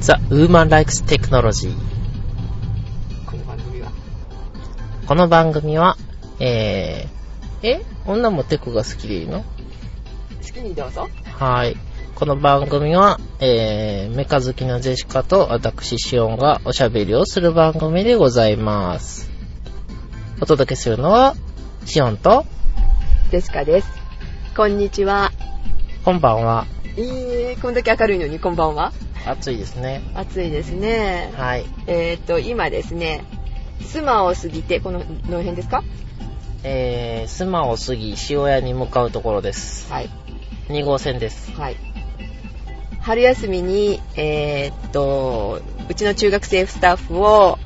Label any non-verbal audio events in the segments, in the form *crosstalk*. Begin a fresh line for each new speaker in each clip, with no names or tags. The Woman Likes Technology。
この番組は。
この番組は、えー、え女もテクが好きでいいの
好きにどうぞ。
はい。この番組は、えー、メカ好きなジェシカと私シオンがおしゃべりをする番組でございます。お届けするのは、シオンと、
デシカです。こんにちは。
こんばんは。
いいえ、こんだけ明るいのにこんばんは。
暑いですね。
暑いですね。
はい。
えーっと、今ですね、スマを過ぎて、この、どの辺ですか
えー、スマを過ぎ、塩屋に向かうところです。
はい。
2号線です。
はい。春休みに、えーっと、うちの中学生スタッフを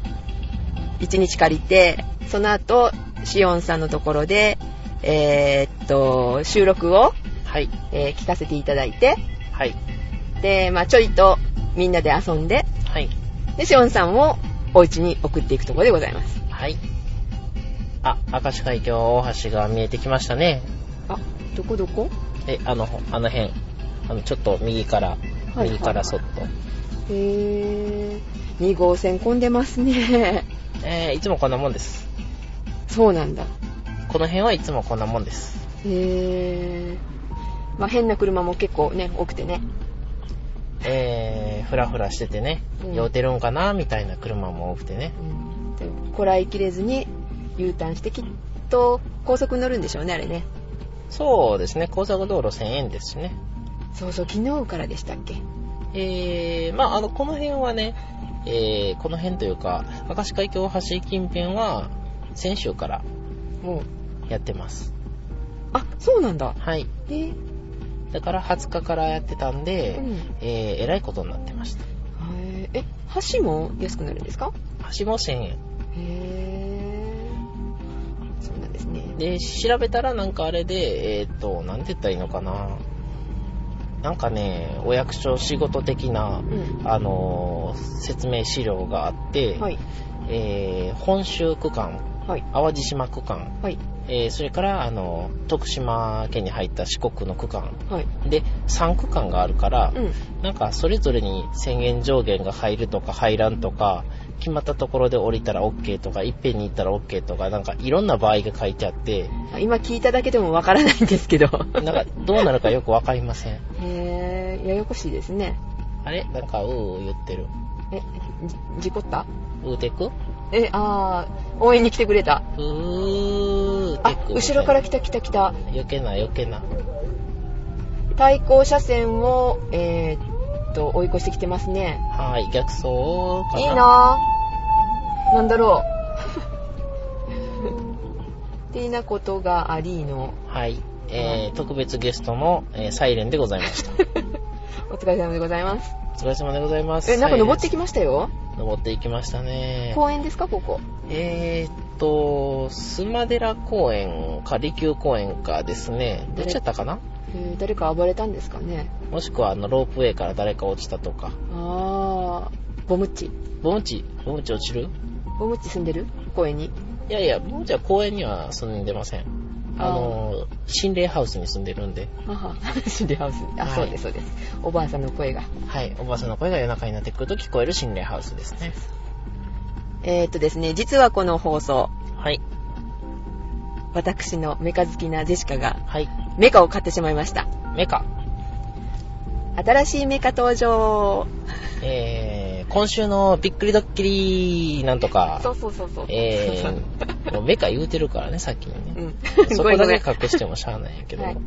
1日借りて、その後、シオンさんのところで、えーっと、収録を、
はい。
えー聞かせていただいて、
はい。
で、まあちょいとみんなで遊んで、
はい。
で、シオンさんをお家に送っていくところでございます。
はい。あ、明石海峡大橋が見えてきましたね。
あ、どこどこ
え、あの、あの辺。あの、ちょっと右から、
はい
右からそっと。
へー。2号線混んでますね。
えー、いつもこんなもんです。
*laughs* そうなんだ。
この辺はいつもこんなもんです。
へー。まあ変な車も結構ね、多くてね。
えー、ふらふらしててね
うん、
酔うてるんかな、みたいな車も多くてね。
うんでこらえきれずに U ターンしてきっと高速に乗るんでしょうねあれね
そうですね、高速道路1000円ですしね。
そうそう昨日からでしたっけ
えー、まああの、この辺はね、えー、この辺というか、明石海峡大橋近辺は、先週から
もう
やってます。
あそうなんだ
はい。
え
だから20日からやってたんで、
うん
えー、えらいことになってました。
へーえ橋も安くなるんですか
橋も1000円。
へえそうなんですね
で、調べたらなんかあれで、えーっ、と、なんて言ったらいいのかな。なんかね、お役所仕事的な、
うん
あのー説明資料があって、
はい
えー、本州区間、
はい
淡路島区間、
はい
えーそれから、あの、徳島県に入った四国の区間
はい
で3区間があるから、
うん
なんかそれぞれに宣言上限が入るとか入らんとか、決まったところで降りたら OK とか、いっぺんに行ったら OK とか、なんかいろんな場合が書いてあって、
あ今聞いただけでもわからないんですけど
なんかどうなるかよくわかりません。
へえややこしいですね
*laughs* あれなんかうーうー言ってる。
えじ事故った
うーてくう
えあー応援に来てくれた
ーて
あ
く。
後ろから
来
来た来た来た
よけなよけな。
対向車線を、えーっと、追い越してきてますね。
はい、逆走かな。
いいなぁ。なんだろ *laughs* う。っていなことがありの。
はい。えー、特別ゲストの、えーサイレンでございました。
お疲れ様でございます。
お疲れ様でございます。
え、なんか登って
き、
きましたよ。
登っていきましたね。
公園ですか、ここ。
えーっと、スマデラ公園か、利休公園かですね。どっちやったかな
えー誰か暴れたんですかね。
もしくは、あの、ロープウェイから誰か落ちたとか。
あー、ボムッチ。
ボムチ、ボムチ落ちる
ボムッチ住んでる公園に。
いやいや、ボムチは公園には住んでません。あの、心霊ハウスに住んでるんで。
あは、 *laughs* シンデハウス。あ、
はい
そうです、そうです。おばあさんの声が。
はい。おばあさんの声が夜中になってくると聞こえる心霊ハウスですね。
えーっとですね、実はこの放送、
はい。
私のメカ好きなジェシカが
はい。
メカを買ってしまいました。
メカ。
新しいメカ登場。
えー、今週のびっくりドッキリなんとか。
*laughs* そうそうそうそう。
えー、もうメカ言うてるからね、さっきに
*laughs* う
ね。
ん。 *laughs*
そ
ご
こ
めんご
だけ
めん。
隠してもしゃあないんやけど。
は
はいい、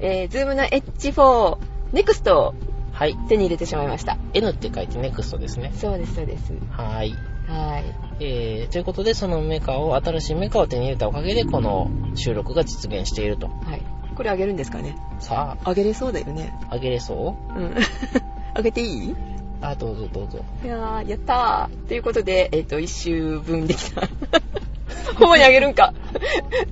えー、ズームの H4 NEXT を手に入れてしまいました。
N って書いて NEXT ですね。
そうです、そうです。
はーい。
はい。
えー、ということで、そのメカを、新しいメカを手に入れたおかげで、この収録が実現していると。
はい。これあげるんですかね
さ
あげれそうだよね。
あ、あげれそう
うん。 *laughs* あげていい
あ、どうぞどうぞ。
いやー、やったー。ということで、えっ、と、一周分でき *laughs* た。ほんまにあげるんか。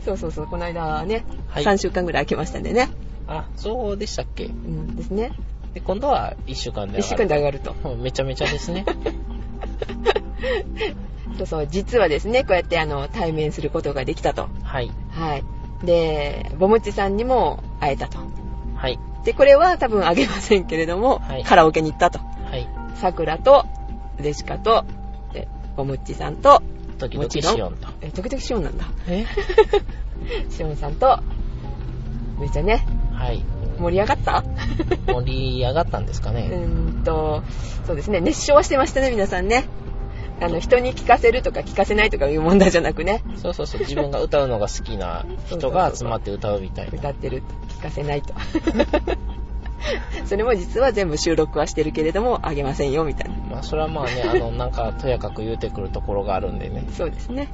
そうそうそう、この間ね、
はい
3週間ぐらい空けましたんでね。
あ、そうでしたっけ
うんですね。
で、今度は1週間で
1週間で上がると。 *laughs*
もうめちゃめちゃですね。
そうそう、実はですね、こうやってあの、対面することができたと。
はい。
はい。で、ぼもちさんにも会えたと。
はい。
で、これは多分あげませんけれども、
はい
カラオケに行ったと。
はい。
さくらと、デシカと、えおむっちさんと、
時
も
々
ちろん
シオンと。
え時々シオンなんだ。
え
シオンさんと、めっちゃね、
はい。
盛り上がった *laughs*
盛り上がったんですか
う
ね。
ーんと、そうですね、熱唱してましたね、皆さんね。あの、人に聞かせるとか聞かせないとかいう問題じゃなくね、
そうそうそう、自分が歌うのが好きな人が集まって歌うみたいな。
歌ってると聞かせないと。 *laughs* それも実は全部収録はしてるけれども、あげませんよ、みたいな。
まあ、それはまあ
*laughs*
ね、あの、なんか、とやかく言うてくるところがあるんでね。
そうですね。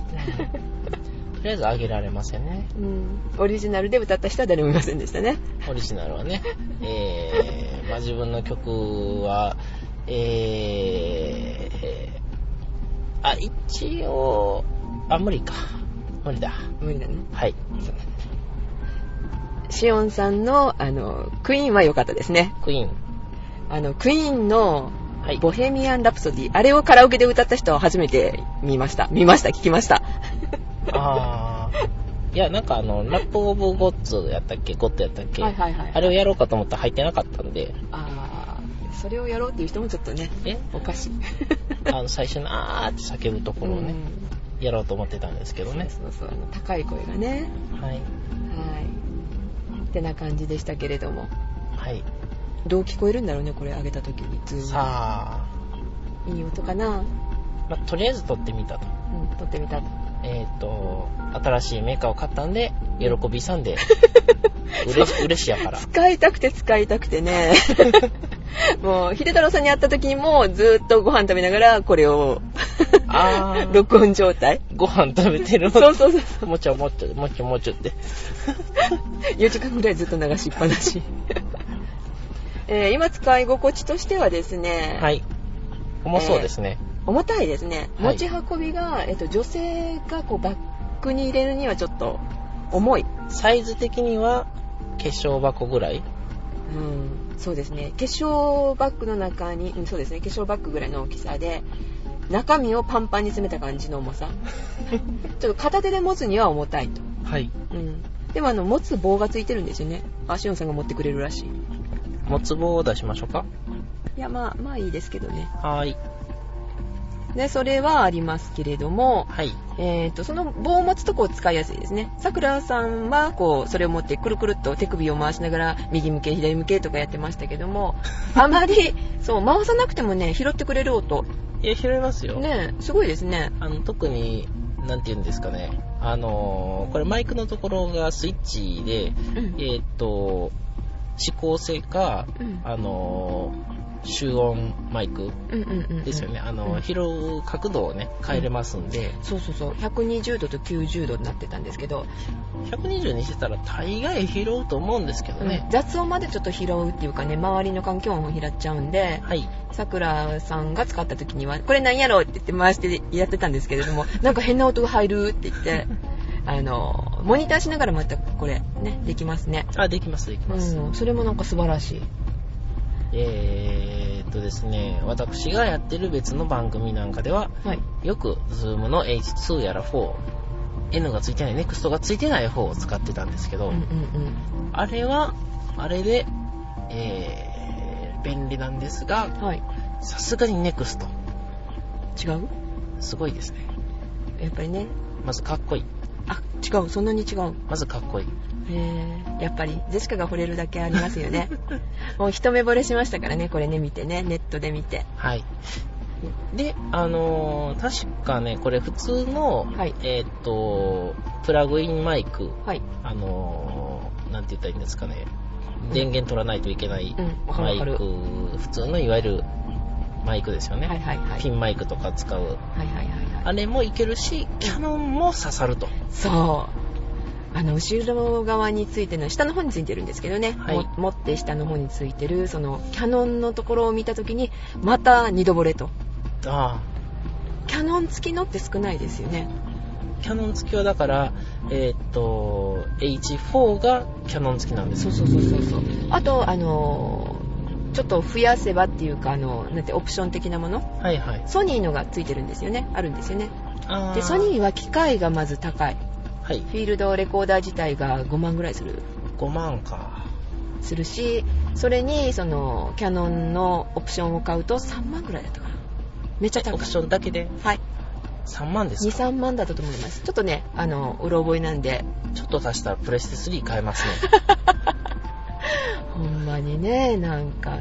とりあえずあげられませんね。
うん、オリジナルで歌った人は誰もいませんでしたね。
オリジナルはね。えー、まあ自分の曲は、えー、あ、一応、あ、無理か。無理だ。
無理だね。
はい。
シオンさんの、あの、クイーンは良かったですね。
クイーン。
あの、クイーンの、
はい。
ボヘミアン・ラプソディ、あれをカラオケで歌った人は初めて見ました。見ました、聞きました。
あー。いや、なんかあの、ラップオブゴッツやったっけゴットやったっけ、
はいはいはい
あれをやろうかと思ったら入ってなかったんで、
あーそれをやろうっていう人もちょっとね、
え
おかしい。
あの、最初のあーって叫ぶところをね、やろうと思ってたんですけど
うん
ね。
そうそうそう、あの高い声がね。
はい。
はい。ってな感じでしたけれども。
はい。
どう聞こえるんだろうね、これ上げた時に。ズーム
さ
いい音かな
あ、まあ、とりあえず撮ってみたと。
うん、撮ってみた。
えっ、と、新しいメーカーを買ったんで、喜びさ *laughs* んで、うれし、うれしやから。
使いたくて使いたく
*laughs*
てね。もう、秀太郎さんに会った時にも、ずーっとご飯食べながら、これを、
あー
録音状態。
ご飯食べてる
そうそうそう。
もちょもちょ、もちょもちょって。
4時間ぐらいずっと流しっぱな
*laughs*
し。えー今使い心地としてはですね、
はい。重そうですね。
重たいですね。
はい
持ち運びが、えっと、女性がこうバッグに入れるにはちょっと重い。
サイズ的には、化粧箱ぐらい
うん、そうですね。化粧バッグの中に、うんそうですね。化粧バッグぐらいの大きさで、中身をパンパンに詰めた感じの重さ。 *laughs* ちょっと片手で持つには重たいと。
はい。
うん。でもあの、持つ棒がついてるんですよね。あ、しおんさんが持ってくれるらしい。
もつ棒を出しましょうか。
いや、まあ、まあいいですけどね。
はーい。
で、それはありますけれども、
はい。
えっ、と、その棒を持つとこう使いやすいですね。さくらさんは、こう、それを持ってくるくるっと手首を回しながら、右向け、左向けとかやってましたけ
*laughs*
ども、あまり、そう、回さなくてもね、拾ってくれる音。
いや、拾いますよ。
ねえすごいですね。
あの、特に、なんて言うんですかね。あのーこれマイクのところがスイッチで、
うん。
えっ、と、指向性か、
うん
あのー集音マイク
うんうんうんうん
ですよね、あ
う
の
ん
拾う角度をね変えれますんで、
そうそうそう。120度と90度になってたんですけど、
120にしてたら大概拾うと思うんですけど
う
ね
ん、雑音までちょっと拾うっていうかね、周りの環境音を拾っちゃうんで、
はい
さくらさんが使った時には、これなんやろって言って回してやってたんですけれ *laughs* ども、なんか変な音が入るって言って、 *laughs* あの、モニターしながらまたこれ、ね、できますね。
あできますでき
う
ます、
ん、それもなんか素晴らしい。
えー、っとですね私がやってる別の番組なんかでは
はい。
よく Zoom の H2 やら 4N がついてない NEXT がついてない方を使ってたんですけ
う
ど、
んうん
あれはあれで、えー、便利なんです
う
が
ん。はい。
さすがに NEXT
違う
すごいですね
やっぱりね。
まずかっこいい
あ、違う。そんなに違う。
まずかっこいい
へーやっぱり、ジェシカが惚れるだけありますよ *laughs* ね。もう一目惚れしましたからね、これね、見てね、ネットで見て。
はい。で、あのー確かね、これ普通の、
はい
えーっ、と、プラグインマイク、
はい。
あのーなんて言ったらいいんですかね、電源取らないといけない
うん、わかる
マ
わ
イ
か
ク、
る。
普通のいわゆるマイクですよね、
はいはいはい。
ピンマイクとか使う。
はいはいはいはい。
あれもいけるし、キャノンも刺さると。
そう。あの、後ろ側についてるの、下の方についてるんですけどね、
はい
も持って下の方についてる、その、キャノンのところを見たときに、また二度惚れと。
あ
キャノン付きのって少ないですよね。
あ。キャノン付きはだから、えーっ、と、H4 がキャノン付きなんです
そ
よ
うそうそうそうそう。あと、あのー、ちょっと増やせばっていうか、あの、なんて、オプション的なもの。
はいはい。
ソニーのがついてるんですよね。あるんですよね。
あ
で、ソニーは機械がまず高い。
ーはい。
フィールドレコーダー自体が5万ぐらいする。
5万か。
するしそれにそのキャノンのオプションを買うと3万ぐらいだったかなめっちゃ
オ
高
プ
い
ションだけで
はい
3万ですか
23万だったと思いますちょっとねあのうろ覚えなんで
ちょっと足したらプレステ3買えますね
*laughs* ほんまにねなんか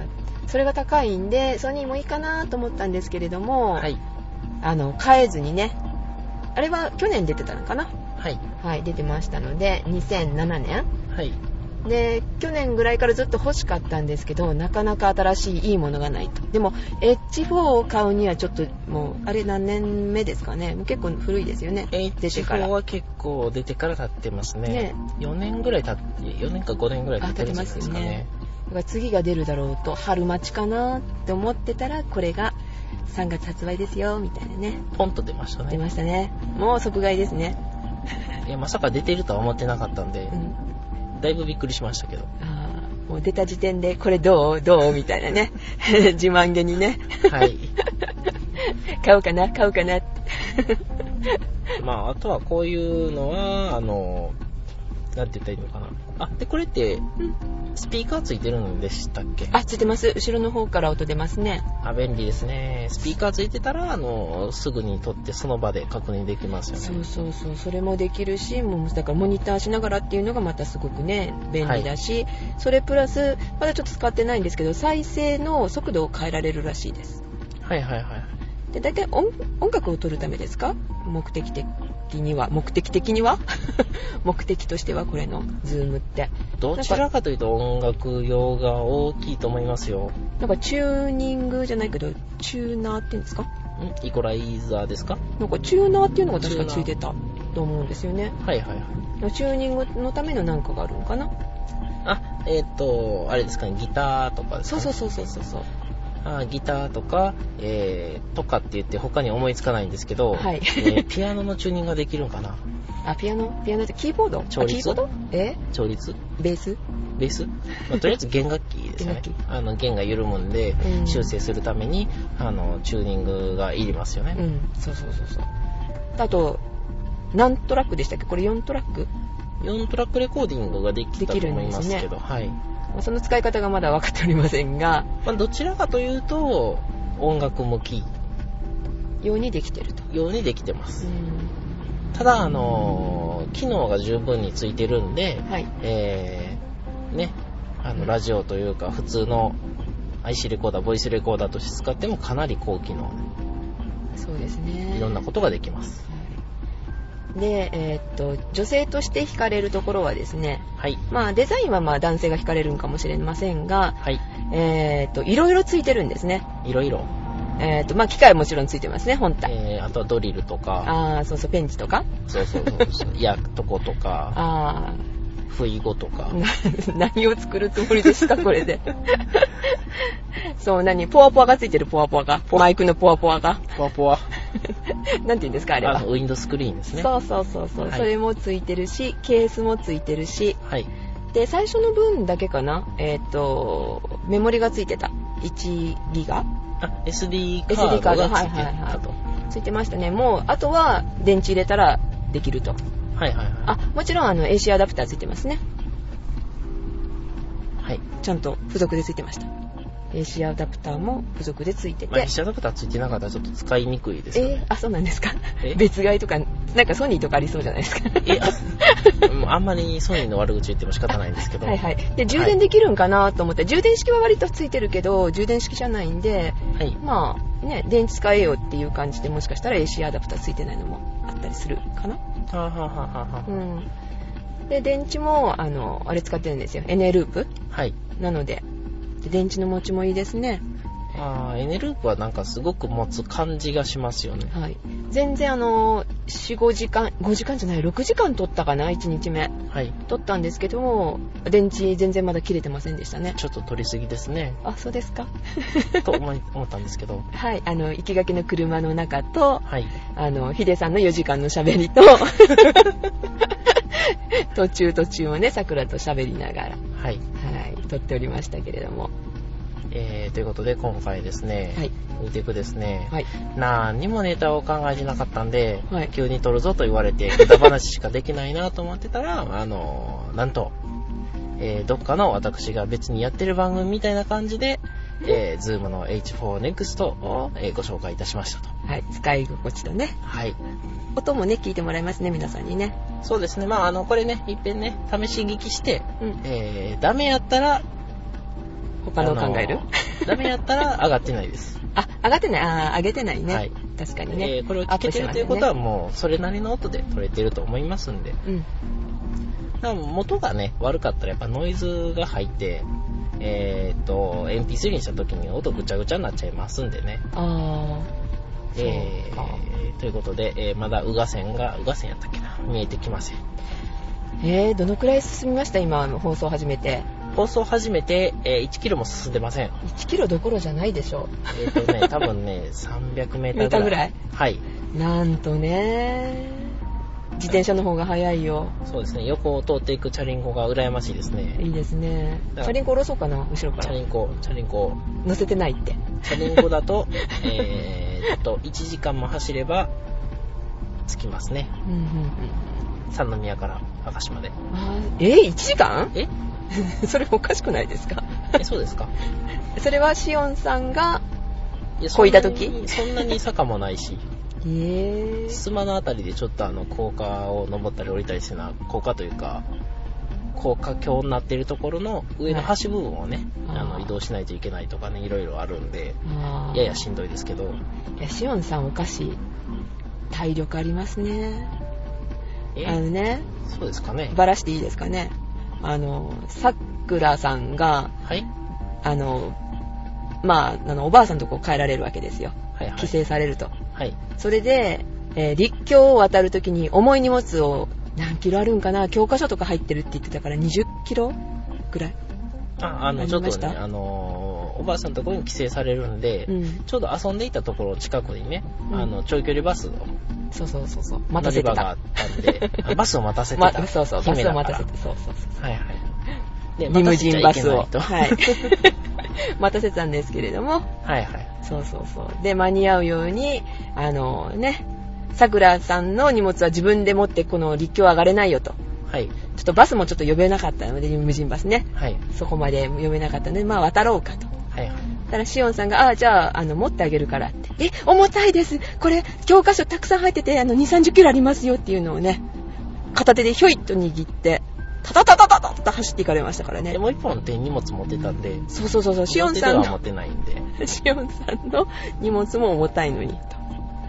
それが高いんでソニーもいいかなと思ったんですけれども、
はい
あの変えずにねあれは去年出てたのかな
はい
はい出てましたので2007年
はい
で去年ぐらいからずっと欲しかったんですけどなかなか新しいいいものがないとでも H4 を買うにはちょっともうあれ何年目ですかねもう結構古いですよね出てか
H4
ら
は結構出てから経ってますね
ね
4年ぐらい経って4年か5年ぐらい経ってるんじゃないですかね
だから次が出るだろうと春待ちかなって思ってたらこれが3月発売ですよみたいなね
ポンと出ました
出
ね
ましたねもう即買いですね、
いやまさか出てるとは思ってなかったんで
う、ん、
だいぶびっくりしました
*laughs*
けど
あーもう出た時点でこれどうどうみたいなね *laughs* 自慢げにね
はい
買うかな買うかなって
まああとはこういうのはあのなんて言ったらいいのかなあでこれって
ん
スピーカーついてるんでしたっけ
*laughs* あついてます後ろの方から音出ますね
あ便利ですねスピーカーついてたらあのすぐに撮ってその場で確認できますよね
そうそうそうそれもできるしもうだからモニターしながらっていうのがまたすごくね便利だし、それプラスまだちょっと使ってないんですけど再生の速度を変えられるらしいです
はいはいはい
で大体音音楽を取るためですか目的的には目的的には *laughs* 目的としてはこれのズームって
どちらかというと音楽用が大きいと思いますよ
なんかチューニングじゃないけどチューナーっていうんですか
んイコライザーですか
なんかチューナーっていうのが確かついてたと思うんですよね
はいはいはい
チューニングのためのなんかがあるのかな
あえっ、とあれですかねギターとかです
そ
か、
う
ね、
そうそうそうそうそう
あギターとか、えー、とかって言って他に思いつかないんですけど、
はい
えーピアノのチューニングができるんかな
あ、ピアノピアノってキーボード
調律
あキーボードえ
調律
ベース
ベース、まあとりあえず *laughs* 弦楽器ですよね
弦楽
あの弦が緩むんで
うん
修正するためにあのチューニングがいりますよね、
うん、そうそうそうそう。あと、何トラックでしたっけこれ4トラック
4トラックレコーディングができたと思います
できる
けど、
ん
はい
まあその使い方がまだ分かっておりませんが、
まあ、どちらかというと音楽向き
ようにできてると。
ようにできてますただあのー機能が十分についてるんで
はい。
えーねあ
う
の
ん
ラジオというか普通の IC レコーダーボイスレコーダーとして使ってもかなり高機能
そうですね。
いろんなことができます
はいで、えーっと、女性として惹かれるところはですね、
はい
まあデザインはまあ男性が惹かれるんかもしれませんが、
はい
えーっと、いろいろついてるんですね。
いろいろ、
えーっと、まあ機械はもちろんついてますね、本体。
えーあとはドリルとか
ああ、そうそう、ペンチとか。
そうそうそうそう焼くとことか
ああ、
不意語とか
な *laughs* 何を作るつもりですかこれで *laughs* そう何ポワポワがついてるポワポワがマイクのポワポワが
ポワポワ
なんて言うんですかあれは
あのウィンドスクリーンですね
そうそうそうそう、
はい
それもついてるしケースもついてるし
はい
で最初の分だけかなえっ、とメモリがついてた1ギガ
あ SD カ
SD カ
ー
ード
ドがつ
はい
い
はいはい
てたと
ついてましたねもうあとは電池入れたらできると
はいはいは
あもちろんあの AC アダプターついてますね
いはい
ちゃんと付属でついてました AC アダプターも付属でついてて、
まあ、被写ダプターついてなかったらちょっと使いにくいですよ
えー
ね。
あ、そうなんですか
え。
別買いとか、なんかソニーとかありそうじゃないですか。
え、あもうあんまりソニーの悪口言っても仕方ないんですけど、
はいはい。で、充電できるんかなと思って、充電式は割とついてるけど、充電式じゃないんで、
はい
まあ、ね、電池使えよっていう感じで、もしかしたら AC アダプターついてないのもあったりするかな。
はあはあはあはあは
うん。で、電池も、あの、あれ使ってるんですよ。NA ループ
あはい。
なので。で電池の持ちもいいですね。
あーエネループはなんかすごく持つ感じがしますよね。
はい。全然あの、4、5時間、5時間じゃない、6時間取ったかな、1日目。
はい。
撮ったんですけども電池全然まだ切れてませんでしたね。
ちょっと取りすぎですね
あそうですか
と思い *laughs* 思ったんですけど。
*laughs* はいあの行きがけの車の中と
はい。
あのヒデさんの4時間の喋り *laughs* と途中途中をねさくらと喋りながら
はい。
はい撮っておりましたけれども
えー、ということで今回ですね、
はい
見ていくですね、
はい
何にもネタを考えてなかったんで、
はい
急に撮るぞと言われて、ネタ話しかできないなと思ってたら、あの、なんと、えーどっかの私が別にやってる番組みたいな感じで、えー、Zoom の H4Next を、えーご紹介いたしましたと。
はい、使い心地とね。
はい。
音もね、聞いてもらいますね、皆さんにね。
そうですね。まあ、あの、これね、いっぺんね、試し聞きして、
うん。
えー、ダメやったら、
他のを考える
あのー *laughs* ダメやったら上がってないです。
あ、上がってない。あー上げてないね。
はい
確かにね。
えーこれを聞けてるということはもう、それなりの音で撮れてると思いますんで。
うん。
多分元がね、悪かったらやっぱノイズが入って、えーっと、MP3 にした時に音ぐちゃぐちゃになっちゃいますんでね。
あー
え
そうか
ー、ということで、えー、まだ宇賀線が、宇賀線やったっけな、見えてきません。
えー、どのくらい進みました今、あの放送始めて。
放送始めて、えー1キロも進んでません。
1キロどころじゃないでしょ
えーっ
*laughs*
とね、多分ね、300メータ
メー
ーぐ
タ
らい。
ーぐらい
はい。
*laughs* なんとね自転車の方が早いよ。
そうですね、横を通っていくチャリンコが羨ましいですね。
いいですね。チ
だから
ャリンコ下ろそうかな、後ろか
チャ
ら
リ。ンコ、チャリンコ、
乗せてないって。
チャリンコだ
*laughs*
と、えーっと、1時間も走れば、着きますね。
うんうんうん。
三宮から明石まで。
あーえー、1時間 *laughs*
え
それおかしくないですか
え、そうですか
それはシオンさんが、
いや
こいだ時
そんなにそんなに坂もないし、
えー、
須磨のあたりでちょっとあの、高架を登ったり降りたりしてな、高架というか、高架橋になってるところの上の端部分をね、
はい
あ
あ
の、
ー
移動しないといけないとかね、いろいろあるんで、
あー
ややしんどいですけど、
いや、シオンさんおかしい。体力ありますね。あの
え、
ね、
そうですかね。
バラしていいですかね。あの、さくらさんが、
はい
あの、まあ、あの、おばあさんのとこ帰られるわけですよ。
はいはい
帰。省されると。
はい。
それで、えー陸橋を渡るときに重い荷物を何キロあるんかな教科書とか入ってるって言ってたから20キロぐらい。
あ、あ
あ
の、
り
ちょ
ま
っ
した
とね、あのー、おばあさんのところに帰省されるんで、
うん。
ちょうど遊んでいたところ近くにね、
うん
あの、長距離バスを
そうそうそうそう。待
乗
た
り
せ
場
て
があ
た
っ。たんで、あバスを待たせて *laughs*
ま
た。、
そうそう、バ
姫
ス
だ
を
から
待たせて、そうそうそう。
はいはい。で
リムジンバスを。
待 *laughs* たせちゃいけない
はい。 *laughs* 待たせたんですけれども、
とはいはい。
そうそうそう。で、間に合うように、あのね、さくらさんの荷物は自分で持ってこの陸橋上がれないよと。
はい。
ちょっとバスもちょっと呼べなかったので、リムジンバスね。
はい。
そこまで呼べなかったので、まあ渡ろうかと。
はいはい。
たらシオンさんが、ああ、じゃあ、あの、持ってあげるからって。え、重たいです。これ、教科書たくさん入ってて、あの、2、30キロありますよっていうのをね、片手でひょいっと握って、タタタタタタタ走っていかれましたからね
で、。もう一本手に荷物持ってたんで、
そうそうそうそう、シオンさん
手では持
の
っ、てないんで。
シオンさんの荷物も重たいのに、と。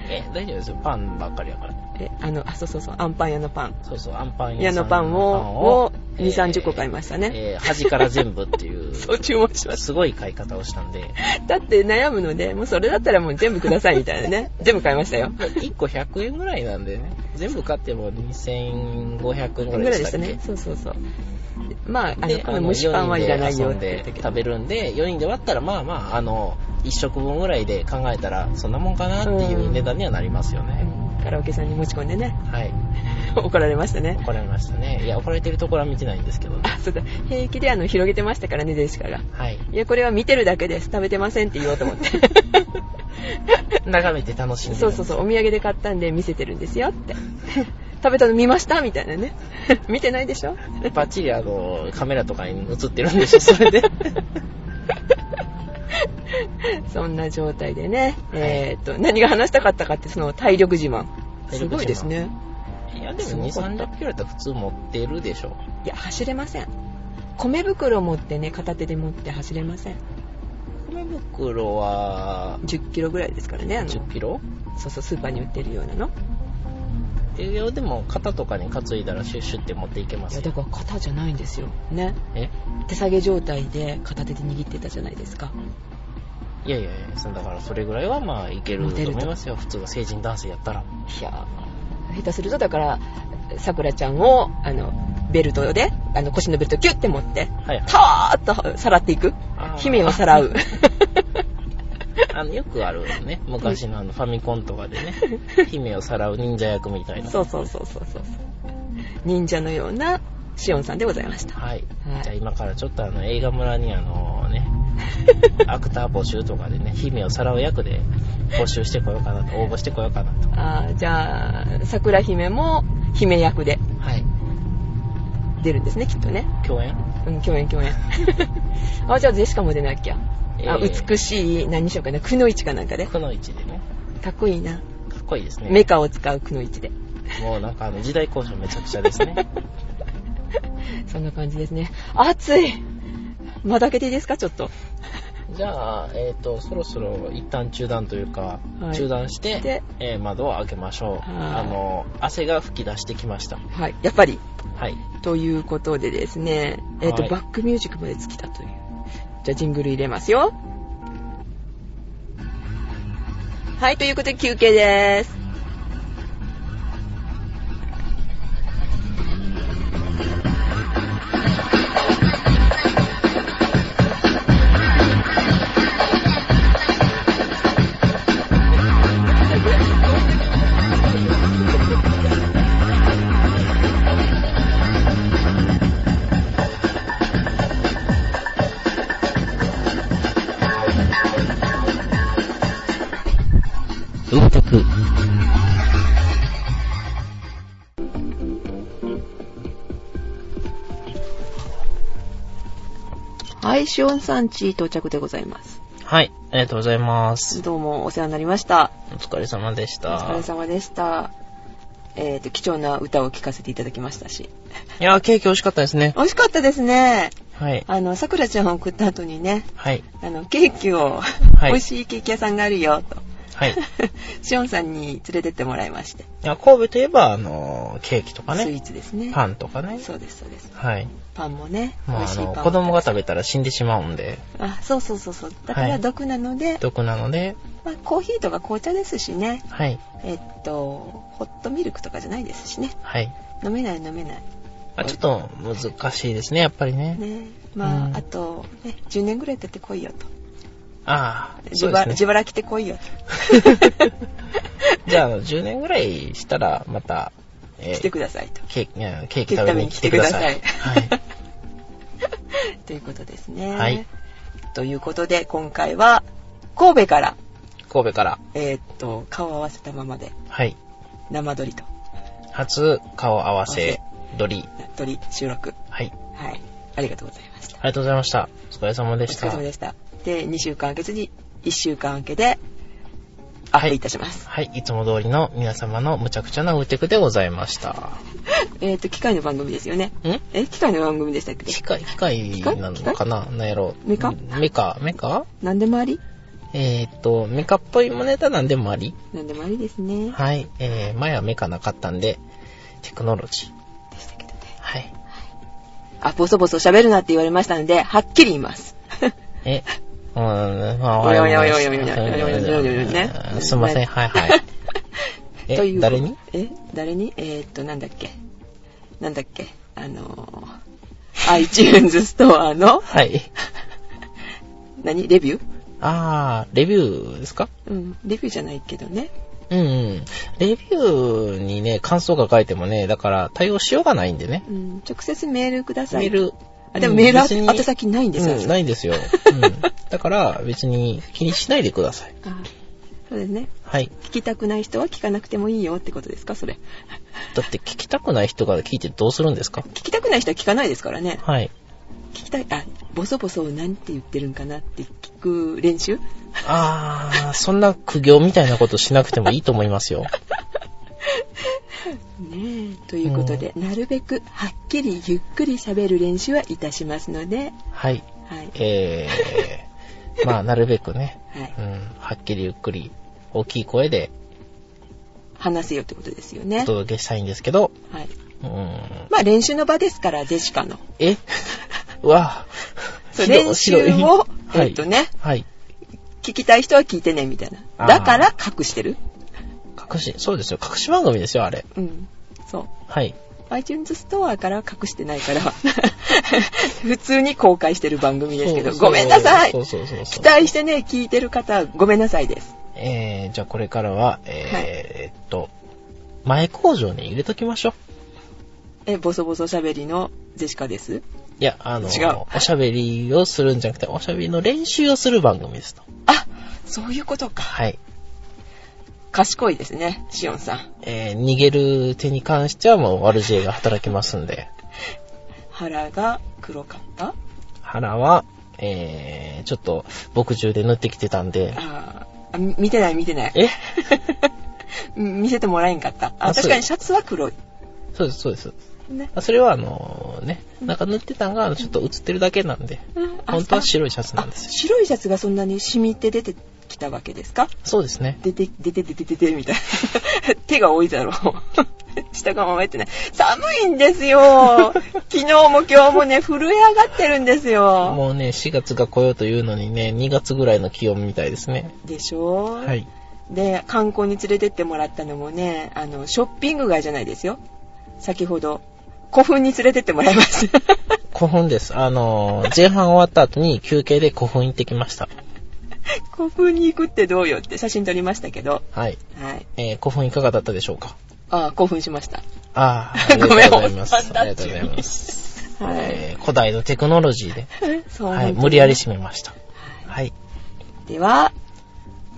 え、大丈夫ですよ。パンばっかりやから。
え、あの、あ、そうそうそう、アンパン屋のパン。
そうそう、アンパン
屋
屋さ
の
ん
パンを、を
パンを
2、30個買いましたね。
えー端から全部って *laughs* いう、
そう注文しまし
すごい買い方をしたんで、
た。だって悩むので、もうそれだったらもう全部くださいみたいなね。全部買いましたよ。
1個100円ぐらいなんでね、全部買っても2500円ぐ
ぐ
らいで
らいで
し
したた
っけ
ね。そうそうそう。まあ、あの、
で、
こ
あ
の
の
蒸しパンはいらないよ
四
っ
人
て
で遊
言った
んで
けど。
食べるんで、4人で割ったら、まあまあ、あの、1食分ぐらいで考えたら、そんなもんかなっていう値段にはなりますよね。
カラオケさんに持ち込んでね、 *laughs*
はい。
怒られましたね。 *laughs*
怒られましたね。いや、怒られてるところは見てないんですけどね。
あ、そうだ。平気であの、広げてましたからね、デシカが。
はい。
いや、これは見てるだけです。食べてませんって言おうと思って。
眺めて楽しんでる。
そうそうそう、お土産で買ったんで見せてるんですよって。 *laughs* 食べたの見ましたみたいなね。 *laughs* 見てないでしょ
バッチリ、あの、カメラとかに映ってるんで
*laughs*
しょ、それで。
そんな状態でね。えーっと、何が話したかったかって、その体力自慢。
体力自慢
すごいですね。
いや、でも2、300キロだったら普通持ってるでしょ。
いや、走れません。米袋持ってね、片手で持って走れません。
米袋は、
10キロぐらいですからね、あの、
10キロ
そうそう、スーパーに売ってるようなの。
いや、でも、肩とかに担いだらシュッシュって持っていけま
い
す
や、
よ
だ。から肩じゃないんですよ。ね。
え
手下げ状態で片手で握ってたじゃないですか。
いやいやいや、そのだからそれぐらいはまあいける
モテ
と
ると
思いますよ、普通の成人男性やったら。
いやー、下手すると、だから、さくらちゃんを、あの、ベルトで、あの、腰のベルトキュッて持って、
はいはい。
たわーっとさらっていく
あー。
姫をさら *laughs* う。
*laughs* あの、よくあるね、昔のあのファミコンとかで
*laughs*
ね、姫をさらう忍者役みたいな。
そうそうそうそうそう。忍者のような、シオンさんでございました。
はい。
はい
じゃあ今からちょっとあの映画村にあの
*laughs*
ね、アクター募集とかでね、姫をさらう役で募集してこようかなと、応募してこようかなと。
あーじゃあ、桜姫も姫役で。
はい。
出るんですね、きっとね。
共演
うん、共
*laughs*
演共演。あ、じゃあゼシカも出なきゃ。あ、
えー
美しい、何にしようかな、くのいちかなんかで。
くの一でね。
かっこいいな。
かっこいいですね。
メカを使うくのいちで。
もうなんかあの時代交渉めちゃくちゃです
*laughs*
ね。
そんな感じですね。暑いまだ開けていいですか、ちょっと。
じゃあ、えっ、と、そろそろ一旦中断というか、
はい
中断して、
で
えー窓を開けましょう。
はい
あの、汗が吹き出してきました。
はい、やっぱり。
はい。
ということでですね、えっ、と、
はい
バックミュージックまで尽きたという。じゃあ、ジングル入れますよ。はい、ということで休憩です。
動くく。
はい、シオンさん地到着でございます。
はい。ありがとうございます。
どうもお世話になりました。
お疲れ様でし
お疲
た
れ。様でした。えっ、と、貴重な歌を聴かせていただきましたし。
いやー、ケーキ美味しかったですね。
美味しかったですね。
はい。
あの、桜ちゃんを送った後にね、
はい。
あの、ケーキを、
い
美味しいケーキ屋さんがあるよ、と。 *laughs*
はい。い
シオンさんに連れてってもらいまして。
や、神戸といえば、あのー、ケーキとか
スイ
ね
ー、ツですね。
パンとかね。
そうです、そうです。
はい。
パンもね、美
まあ、
味
あ
しいパン
の、
も。
子供が食べたら死んでしまうんで、
あ、そうそうそうそう。だから毒なので、
毒なので、
まあ、コーヒーとか紅茶ですしね。
はい。
えっと、ホットミルクとかじゃないですしね。
はい。
飲めない飲めない。
あ、ちょっと難しいですね、やっぱりね。
ね。まあ、
うん
あと、ね、10年ぐらい経ってこいよと。
ああ、
自
そうです
腹、
ね。
自腹来てこいよ
*laughs* じゃあ、あの10年ぐらいしたら、また、えー
と。来てくださいと。
ケーキいや、ケーキ食べに来てください。
ケーキ
は
食べに来て
い
くだ。 *laughs* ということですね。
はい。
ということで、今回は、神戸から、
神戸から、
えっと、顔を合わせたままで、
はい。
生撮りと、
初顔合わせ、撮り。
撮り収録。
はい。
はい。ありがとうございました。
ありがとうございました。お疲れ様でし
お疲
た。
れ様
は
でした。で、2週間明けずに、1週間明けで、アップいたします。
い。いつも通りの皆様の無茶苦茶なウーテクでございました。
えっ、と、機械の番組ですよね。
ん
え、機械の番組でしたっけ
機械、機械なのかななんやろ
メカ
メカメカ
何でもあり
えーっと、メカっぽいもネタなんでもあり
何でもありですね。
はい。えー、前はメカなかったんで、テクノロジー。
でしたけどね。
はい。
あ、ボソボソ喋るなって言われましたので、はっきり言います。
え、うーん、まあ、
*laughs* お
わ
いお
か
い
り
お
ま
い
し
お
た
いおいおいおいおいおいおいおいおいね
うんすいません、はいはい。
とい
え、
う
誰に
え、誰にえーっと、なんだっけなんだっけあのー、iTunes ストアの、
はい。
何レビュー
あー、レビューですか
うん、レビューじゃないけどね。
うんうん。レビューにね、感想が書いてもね、だから対応しようがないんでね。
うん、直接メールください。
メール。
あ、でもメールあ
別に
宛先ないんですよ。
うん、ないんですよ。うん、だから別に気にしないでください。
あそうですね。
はい。
聞きたくない人は聞かなくてもいいよってことですかそれ。
だって聞きたくない人が聞いてどうするんですか
聞きたくない人は聞かないですからね。
はい。
聞きたい、あ、ボソボソ何て言ってるんかなって聞く練習
あー、そんな苦行みたいなことしなくてもいいと思いますよ。
ねえ。ということで、なるべくはっきりゆっくり喋る練習はいたしますので、
はい。
はい。
えー、まあ、なるべくね、
はい。
うん、はっきりゆっくり、大きい声で
話せよってことですよ
お
ね。
届けしたいんですけど、
はい。
うん、
まあ練習の場ですから、ジェシカの。
え *laughs* うわ
そう
白い
練習を、
白い
えっとね、
はい。
聞きたい人は聞いてね、みたい
あ
な。
ー
だから隠してる。
隠し、そうですよ。隠し番組ですよ、あれ。
うん。そう。
はい。
iTunes ストアからは隠してないから、 *laughs* 普通に公開してる番組ですけど、
そうそう
ごめんなさい
そうそうそうそ
期
う。
待してね、聞いてる方、ごめんなさいです。
えー、じゃあこれからは、えー
はい
えっと、前工場に入れときましょう。
え、ボソボソ喋りのジェシカです。
いや、あの、
違う
おしゃべりをするんじゃなくて、おしゃべりの練習をする番組ですと。
あ、そういうことか。
はい。
賢いですね、シオンさん。
えー、逃げる手に関してはもう悪知恵が働きますんで。
腹が黒かった
腹は、えー、ちょっと、墨汁で塗ってきてたんで、
あーあみ見てない見てない。 *laughs*
え
見せてもらえんかった。あ、
あそう
確かにシャツは黒い。
そうです、そうです。
ね。
あそれはあのーね、なんか塗ってたんが、ちょっと映ってるだけなんで、
あ
本当は
あ
白いシャツなんですよ。
白いシャツがそんなに染みて出てきたわけですか
そうですね。
出て、出て、出て、出て、みたいな。 *laughs* 手が多いだろう。下がまえてない。寒いんですよ。昨日も今日も
*laughs*
ね、震え上がってるんですよ。
もうね、4月が来ようというのにね、2月ぐらいの気温みたいですね。
でしょ
は。い。
で、観光に連れてってもらったのもね、あの、ショッピング街じゃないですよ。先ほど、古墳に連れてってもらいました。 *laughs*
古墳です。あのー前半終わった後に休憩で古墳行ってきました。
古墳に行くってどうよって写真撮りましたけど。
はい。
はい。
えー、古墳いかがだったでしょうか
ああ、興奮しました。
あ
*laughs*
あ、ありがと
ご
うご
め
ざ
ん、お
い
っ
ます。
さん
あり
だっ
がとう
ち
ございます。
はい。
えー、古代のテクノロジーで、
そう、
はい、
本当に
無理やり締めました。はい。
では、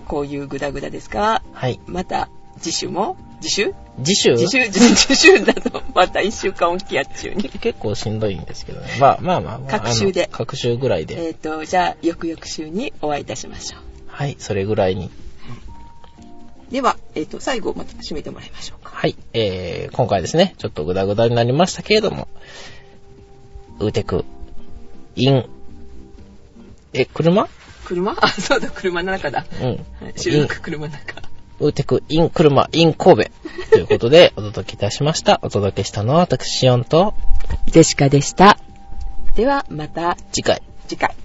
こういうグダグダですが、
はい。
また次週も、次週
次週
次 *laughs* 週、次次週だと、また一週間おきやっちゅうに。
結構しんどいんですけどね。まあまあまあ、まあ、
隔週で
あの隔週ぐらいで。
えっ、と、じゃあ、翌々週にお会いいたしましょ
はい、それぐらいに。
う。では、えっ、と、最後、また締めてもらいましょうか。
はい、えー、今回ですね、ちょっとグダグダになりましたけれども、ウーテク、イン、え、車
車 *laughs* あ、そうだ、車の中だ。
うん。
はい
イ
収
ン
録車の中。
ウーテク、イン、車、イン、神戸。ということで、お届けいたしました。お届けしたのは私、シオンと、
ジェシカでした。では、また
次回。
次回。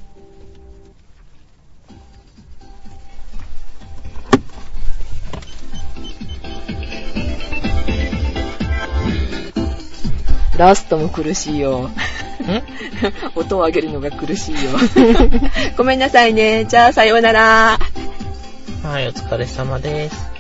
ラストも苦しいよ。
ん
*laughs* 音を上げるのが苦しいよ。 *laughs* ごめんなさいね。じゃあ、さようなら。
はい、お疲れ様です。